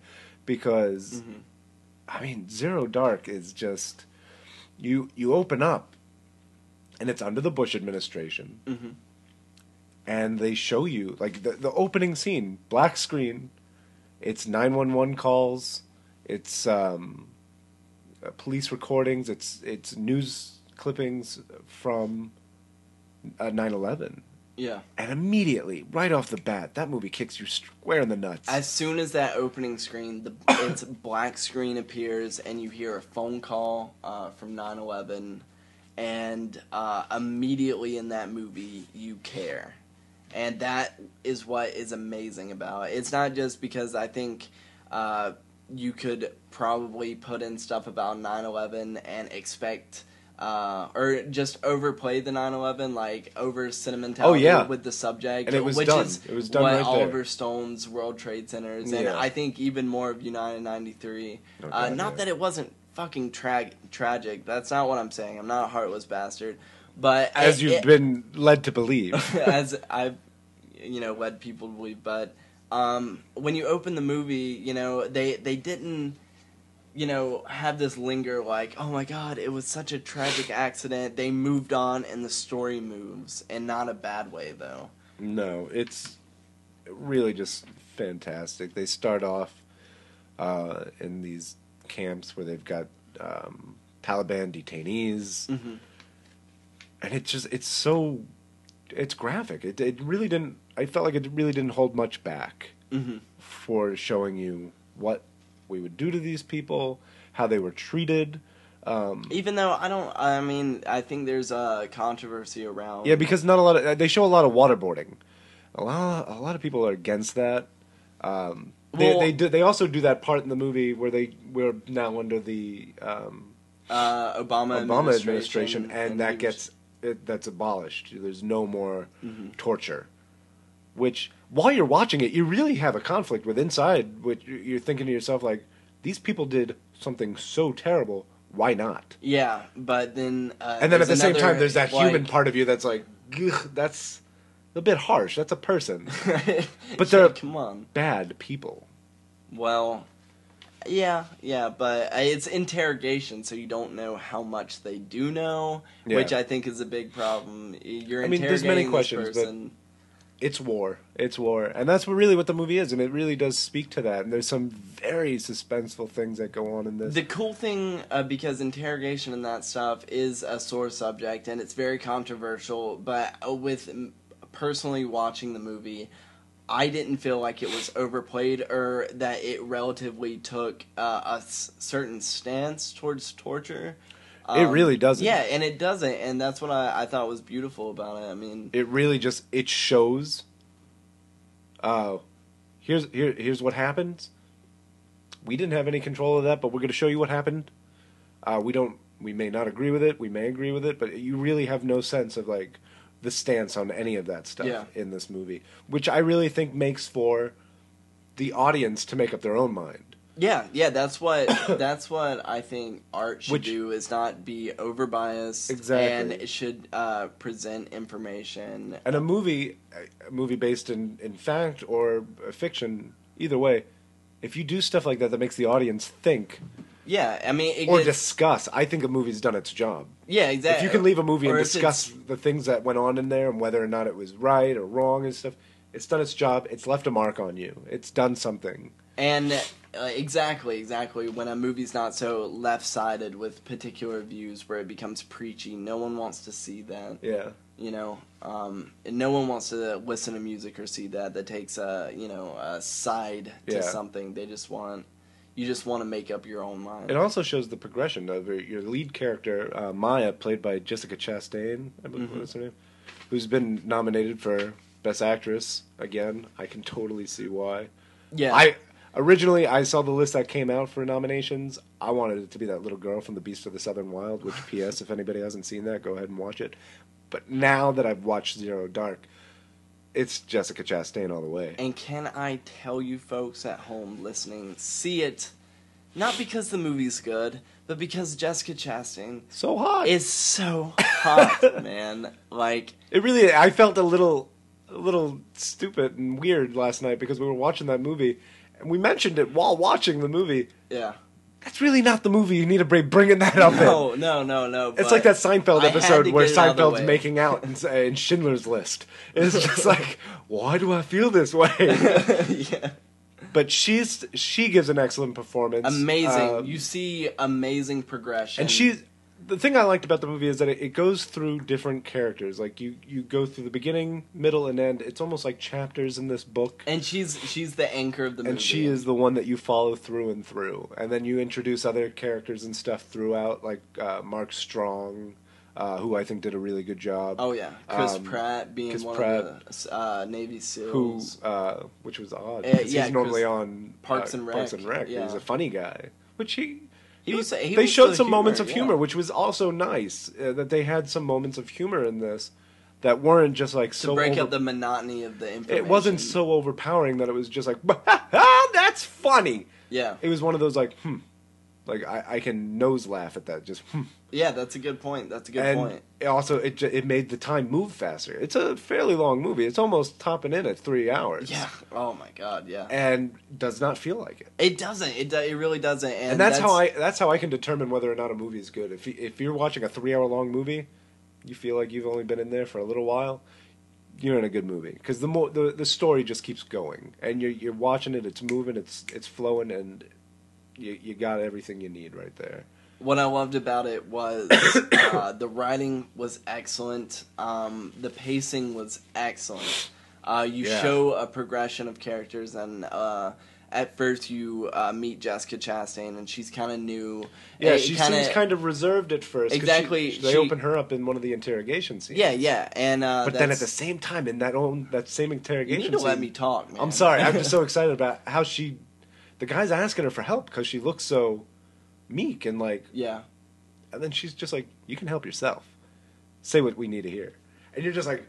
because, I mean, Zero Dark is just you. You open up, and it's under the Bush administration.
Mhm.
And they show you like the the opening scene, black screen. It's nine one one calls. It's um, uh, police recordings. It's it's news clippings from uh, 9/11,
Yeah.
and immediately, right off the bat, that movie kicks you square in the nuts.
As soon as that opening screen, the its black screen appears, and you hear a phone call uh, from 9/11, and uh, immediately in that movie, you care, and that is what is amazing about it. It's not just because I think uh, you could probably put in stuff about 9/11 and expect uh, or just overplay the 9/11 like over sentimentality
Oh, yeah.
with the subject,
And it was
which
done.
is
It was done
what
right there.
Oliver Stone's World Trade Centers and
Yeah.
I think even more of United 93.
Oh,
uh,
God,
not
yeah.
that it wasn't fucking tra- tragic. That's not what I'm saying. I'm not a heartless bastard, but
as
I-
you've
it-
been led to believe.
(laughs) as I've you know led people to believe. But um, when you open the movie, you know they they didn't you know have this linger like oh my god it was such a tragic accident. They moved on and the story moves and not a bad way though.
No, it's really just fantastic. They start off uh, in these camps where they've got um, Taliban detainees,
Mhm.
and it's just it's so it's graphic. It it really didn't. I felt like it really didn't hold much back
Mm-hmm.
for showing you what we would do to these people, how they were treated. Um,
Even though I don't, I mean I think there's a controversy around.
Yeah, because not a lot of they show a lot of waterboarding. A lot, a lot of people are against that. Um, they
Well-
they do, they also do that part in the movie where they we're now under the um,
uh, Obama
Obama administration, and,
he
that
was-
gets it, that's abolished. There's no more
Mm-hmm.
torture. Which while you're watching it, you really have a conflict with inside. Which you- you're thinking to yourself like, these people did something so terrible. Why not?
yeah, but then uh,
and then at
there's
the same
another,
time, there's that
like- (laughs)
human part of you that's like, "Ugh, that's a bit harsh. That's a person. (laughs)
but
they're-
come on.
Bad people.
Well, yeah, yeah, but uh, it's interrogation, so you don't know how much they do know,
Yeah.
which I think is a big problem. You're
I
interrogating
mean, there's many
this
questions, but-
person.
It's war. It's war, and that's what really what the movie is, and it really does speak to that. And there's some very suspenseful things that go on in this.
The cool thing, uh, because interrogation and that stuff is a sore subject and it's very controversial, but uh, with mm, personally watching the movie, I didn't feel like it was overplayed or that it relatively took uh, a s- certain stance towards torture. Um,
It really doesn't.
Yeah, and it doesn't, and that's what I, I thought was beautiful about it. I mean,
it really just it shows. Uh, here's here here's what happens. We didn't have any control of that, but we're going to show you what happened. Uh, we don't. We may not agree with it. We may agree with it, but you really have no sense of like the stance on any of that stuff
Yeah.
in this movie, which I really think makes for the audience to make up their own mind.
yeah, yeah, that's
(coughs)
what that's what I think art should
Which-
do is not be over biased, and
Exactly.
it should uh, present information.
And a movie, a movie based in in fact or fiction, either way, if you do stuff like that that makes the audience think,
Yeah, I mean, it
or
gets,
discuss. I think a movie's done its job.
yeah, exactly.
if you can leave a movie and
or if it's-
discuss the things that went on in there and whether or not it was right or wrong and stuff, it's done its job. It's left a mark on you. It's done something.
And uh, exactly, exactly. When a movie's not so left sided with particular views where it becomes preachy, no one wants to see that,
Yeah.
you know? Um, and no one wants to listen to music or see that that takes a, you know, a side to
Yeah.
something. They just want, you just want to make up your own mind.
It also shows the progression of your- your lead character, uh, Maya, played by Jessica Chastain, I believe
Mhm.
that's her name, who's been nominated for Best Actress again. I can totally see why.
yeah.
I originally I saw the list that came out for nominations. I wanted it to be that little girl from the Beast of the Southern
(sighs)
Wild. Which, P.S. if anybody hasn't seen that, go ahead and watch it. But now that I've watched Zero Dark, it's Jessica Chastain all the way.
And can I tell you folks at home listening, see it not because the movie's good, but because Jessica Chastain
So hot.
is so
(laughs)
hot, man. Like,
it really. I felt a little, a little stupid and weird last night because we were watching that movie, and we mentioned it while watching the movie.
yeah.
That's really not the movie you need to be bringing that up in.
No, no, no, no.
It's
but
like that Seinfeld
I had
episode
to
where
get it out of the
Seinfeld's
way.
making out and, and Schindler's List. It's just (laughs) like, why do I feel this way?
(laughs) yeah.
but she's she gives an excellent performance,
Amazing.
Um,
you see amazing progression.
and she's the thing I liked about the movie is that it, it goes through different characters. Like you you go through the beginning, middle, and end. It's almost like chapters in this book.
and she's she's the anchor of the movie.
and she is the one that you follow through and through and then you introduce other characters and stuff throughout like uh, mark strong uh, who I think did a really good job.
Oh yeah, Chris
Um,
Pratt being
Chris
one
Pratt.
of the uh, Navy
who,
SEALs.
uh, which was odd.
Eh,
'cause
yeah,
he's normally
'cause
on uh,
Parks and Rec,
Parks and Rec.
yeah.
He's a funny guy, which he.
He was- he
they
was
showed
the
some moments
humor,
of humor,
yeah.
which was also nice. Uh, that they had some moments of humor in this that weren't just like
to
so.
break up
over-
the monotony of the information.
it wasn't so overpowering that it was just like, (laughs) "Ah, that's funny.
Yeah,
It was one of those like, hmm, like I, I can nose laugh at that. Just hmm.
yeah, that's a good point. That's a good
and
point.
It also, it ju- it made the time move faster. It's a fairly long movie. It's almost topping in at three hours.
Yeah. Oh my God. Yeah.
and does not feel like it.
It doesn't. It do, it really doesn't. And,
and that's, how I that's how I can determine whether or not a movie is good. If you- if you're watching a three hour long movie, you feel like you've only been in there for a little while, you're in a good movie because the more the, the story just keeps going, and you're you're watching it. It's moving. It's it's flowing, and you you got everything you need right there.
What I loved about it
(coughs)
was uh, the writing was excellent. Um, the pacing was excellent. Uh, you
Yeah.
show a progression of characters, and uh, at first you uh, meet Jessica Chastain, and she's kind of new.
Yeah,
It-
she
it kinda-
seems kind of reserved at first. 'cause she-
Exactly,
they
she-
open her up in one of the interrogation scenes.
Yeah, yeah, and uh,
But then at
that's-
the same time, in that own that same
you
interrogation,
need to let
scene-
me talk. Man.
I'm
(laughs)
sorry. I'm just so excited about how she, the guy's asking her for help because she looks so meek and like,
yeah,
and then she's just like, "You can help yourself. Say what we need to hear." And you're just like,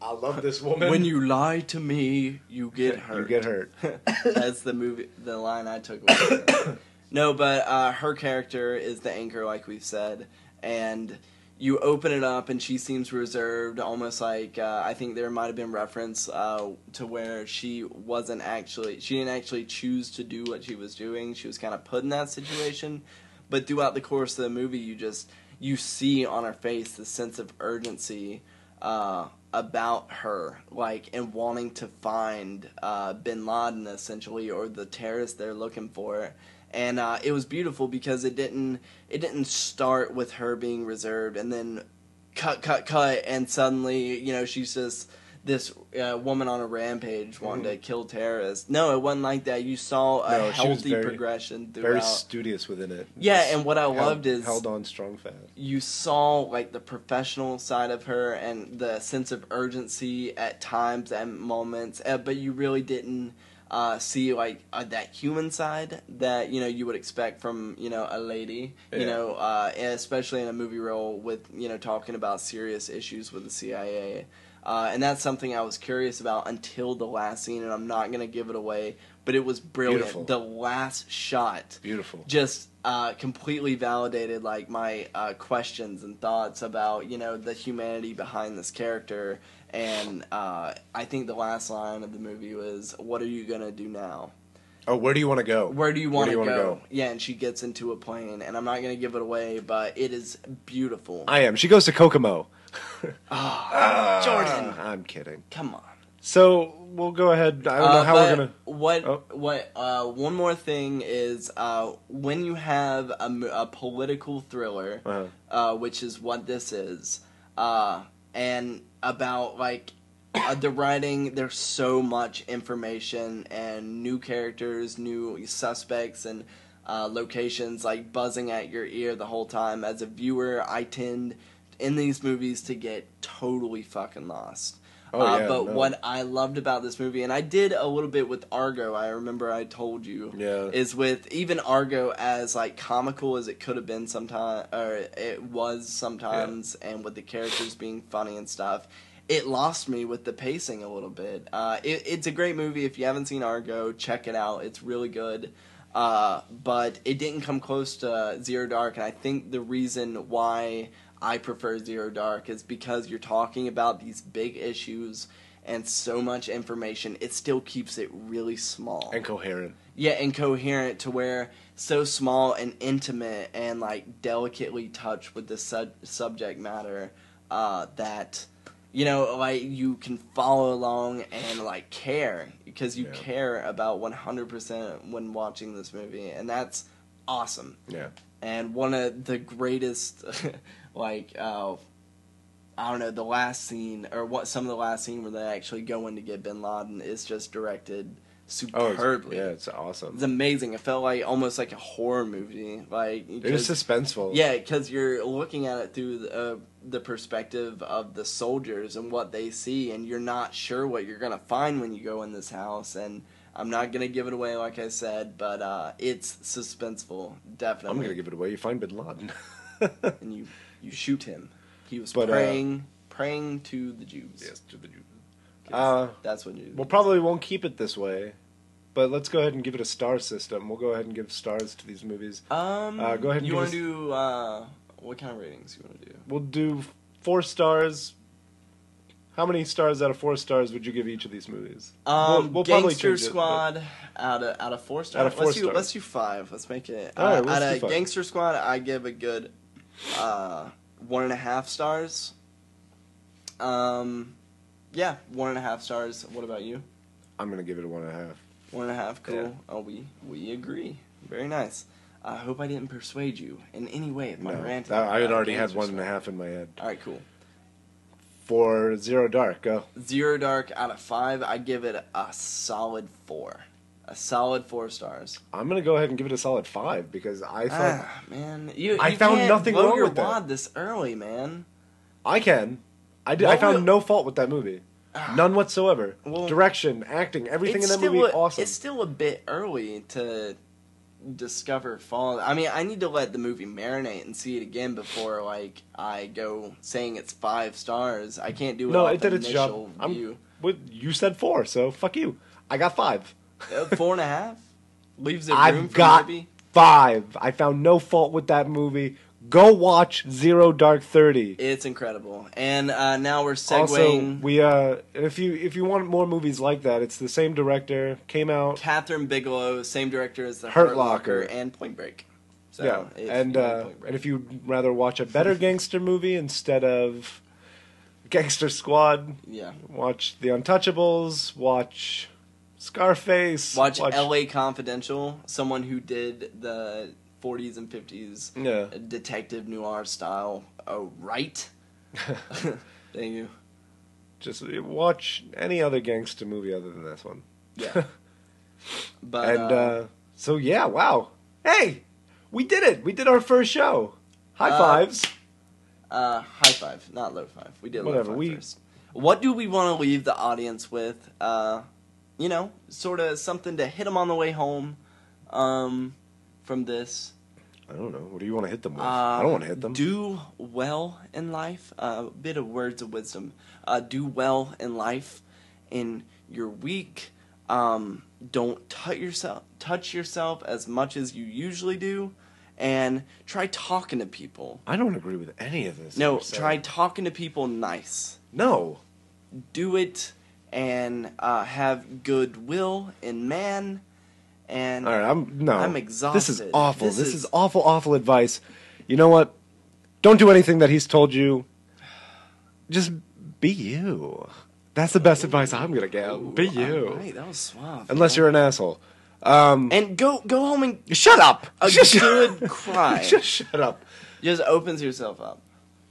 "I love this woman."
when you lie to me, you get hurt.
you get hurt.
(laughs) That's the movie, the line I took away. no, but uh, her character is the anchor, like we've said, and you open it up, and she seems reserved, almost like uh, I think there might have been reference uh, to where she wasn't actually, she didn't actually choose to do what she was doing. She was kind of put in that situation, but throughout the course of the movie, you just you see on her face the sense of urgency uh, about her, like, and wanting to find uh, bin Laden, essentially, or the terrorist they're looking for. And uh, it was beautiful because it didn't it didn't start with her being reserved and then cut cut cut and suddenly you know she's just this uh, woman on a rampage wanting to kill terrorists. No, it wasn't like that. You saw a
Mm-hmm. No, she was
healthy
very-
progression throughout.
Very studious within it.
Yeah,
Just
and what I
held-
loved is-
held on strong fast.
you saw like the professional side of her and the sense of urgency at times and moments, uh, but you really didn't uh, see like uh, that human side that you know you would expect from you know a lady, you
Yeah.
know, uh, and especially in a movie role with you know talking about serious issues with the CIA. Uh, and that's something I was curious about until the last scene, and I'm not going to give it away, but it was brilliant.
Beautiful.
The last shot
Beautiful.
just uh, completely validated like my uh, questions and thoughts about you know the humanity behind this character and uh, i think the last line of the movie was what are you gonna do now
Oh, where do you want to go?
where do you want to go?
wanna
yeah and she gets into a plane and i'm not gonna give it away but it is beautiful
I am. She goes to Kokomo.
Ah, jordan
I'm kidding.
come on
So we'll go ahead. I don't know
Uh,
how we're
but
gonna.
What?
Oh.
What? Uh, one more thing is uh, when you have a, mo- a political thriller,
Uh-huh.
uh, which is what this is, uh, and about like uh, the writing. There's so much information and new characters, new suspects, and uh, locations like buzzing at your ear the whole time. As a viewer, I tend in these movies to get totally fucking lost.
Oh,
uh,
yeah,
but
no.
what I loved about this movie, and I did a little bit with Argo. I remember I told you
Yeah.
is with even Argo as like comical as it could have been sometimes, or it was sometimes, and with the characters being funny and stuff. It lost me with the pacing a little bit. Uh, it, it's a great movie. If you haven't seen Argo, check it out. It's really good. Uh, but it didn't come close to Zero Dark, and I think the reason why I prefer Zero Dark is because you're talking about these big issues and so much information. It still keeps it really small
And coherent.
yeah and coherent to where so small and intimate and like delicately touched with the sub- subject matter uh, that you know like you can follow along and like care because you
Yeah.
care about 100% when watching this movie and that's awesome
Yeah.
and one of the greatest (laughs) like uh I don't know the last scene or what some of the last scene where they actually go in to get Bin Laden is just directed
Oh, it's,
superbly.
yeah, it's awesome.
It's amazing. It felt like almost like a horror movie. Like you
It was
just-
suspenseful.
yeah, because you're looking at it through the, uh, the perspective of the soldiers and what they see, and you're not sure what you're gonna find when you go in this house. And I'm not gonna give it away, like I said, but uh, it's suspenseful, definitely.
I'm gonna give it away. You find Bin (laughs) Laden.
and you you shoot him. He was
But, uh,
praying praying to the Jews.
to the Jews.
'Cause
Uh,
that's what Jews.
We'll probably won't keep it this way, but let's go ahead and give it a star system. We'll go ahead and give stars to these movies.
um.
uh, go ahead and
You
give
want
us-
to do uh, what kind of ratings you want to do?
We'll do four stars. How many stars out of four stars would you give each of these movies?
Um,
We'll- we'll probably
Gangster
change it, but-
Squad out of out of four stars.
Out of four
let's do
stars.
let's do five. Let's make it.
All right,
uh,
let's
out
do
of
five.
Gangster Squad, I give a good uh, one and a half stars. Um, yeah, one and a half stars. What about you?
I'm gonna give it a one and a half.
One and a half. Cool.
Yeah.
Oh, we we agree. Very nice. I hope I didn't persuade you in any way. By
No,
ranting
that- I had
about
already had
Gangster
one and a
Squad.
half in my head.
All right, cool.
For Zero Dark, go.
Zero Dark out of five, I give it a solid four. A solid four stars.
I'm gonna go ahead and give it a solid five because I thought
Ah, man, you,
I
you
found
can't
nothing
blow
wrong
your
with that.
wad this early, man.
I can. I did.
What
I found
will-
no fault with that movie.
Ah.
None whatsoever.
Well-
Direction, acting, everything in that
still
movie,
a,
awesome.
It's still a bit early to discover fall. I mean, I need to let the movie marinate and see it again before like I go saying it's five stars. I can't do it.
No,
off
it did its
initial
job. I'm,
view.
what, you said four, so fuck you. I got five. (laughs)
Uh, Four and a half leaves it room
I've
for
got
maybe.
five. I found no fault with that movie. Go watch Zero Dark Thirty.
It's incredible, and uh, now we're segueing.
Also, we uh, if you if you want more movies like that, it's the same director. Came out.
Catherine Bigelow, same director as the
Hurt
Hurt, Locker.
Locker.
and Point Break. So
yeah,
if
and
you like
uh,
Point Break.
and if you'd rather watch
(laughs)
a better gangster movie instead of Gangster Squad,
yeah,
watch The Untouchables, watch Scarface,
watch, L.A. Confidential. Someone who did the 40s and 50s
Yeah.
detective noir style. Oh,
(laughs)
right. Thank you.
Just uh, watch any other gangster movie other than this one.
Yeah. But um,
(laughs) and uh, so yeah, wow. Hey, we did it. We did our first show. High
Uh,
fives.
Uh, high five, not low five. We did
Whatever,
low five
we-
first. What do we want to leave the audience with? Uh, you know, sort of something to hit them on the way home um, from this.
I don't know. What do you want to hit them with?
Uh,
I don't want to hit them.
Do well in life. uh, A bit of words of wisdom. Uh, do well in life. In your week, um, don't touch yourself. Touch yourself as much as you usually do, and try talking to people.
I don't agree with any of this.
No,
you're saying.
try talking to people nice.
No.
do it and uh, have goodwill in man. And
All right, I'm no.
I'm
This is
exhausted.
awful.
This
This,
is-
is... awful, awful advice. You know what? Don't do anything that he's told you. Just be you. That's the best advice I'm gonna give. be you,
All right, that was suave.
unless you're an asshole. Um,
and go go home and
shut up.
a
(laughs) Just-
good cry.
Just shut up.
(laughs) Just opens yourself up.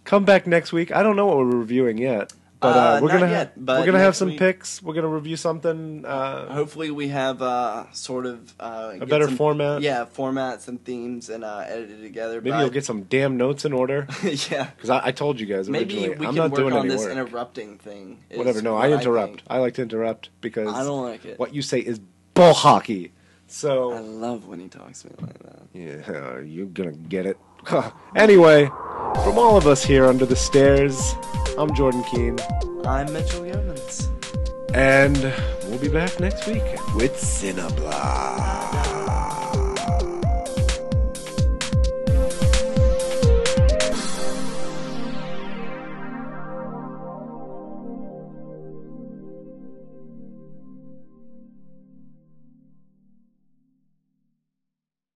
Come back next week. I don't know what we're reviewing yet, but uh,
Uh,
we're
not
gonna
yet, but
we're gonna have
next
some
week-
picks. We're gonna review something. Uh,
Hopefully, we have uh, sort of uh, get
better
some-
format.
Yeah, formats and themes and uh, edited together.
maybe
by-
you'll get some damn notes in order
(laughs) yeah.
because I, I told you guys
Maybe
originally.
we can
I'm not
work
doing
on
any
this
work.
interrupting thing. is
Whatever. No,
what
I
think.
interrupt. I, like to interrupt because
I don't like it.
what you say is bull hockey.
I
So
love when he talks to me like that.
yeah, you're gonna get it. (laughs) anyway, from all of us here under the stairs, I'm Jordan Keene,
I'm Mitchell Yeomans.
and we'll be back next week with Cineblock.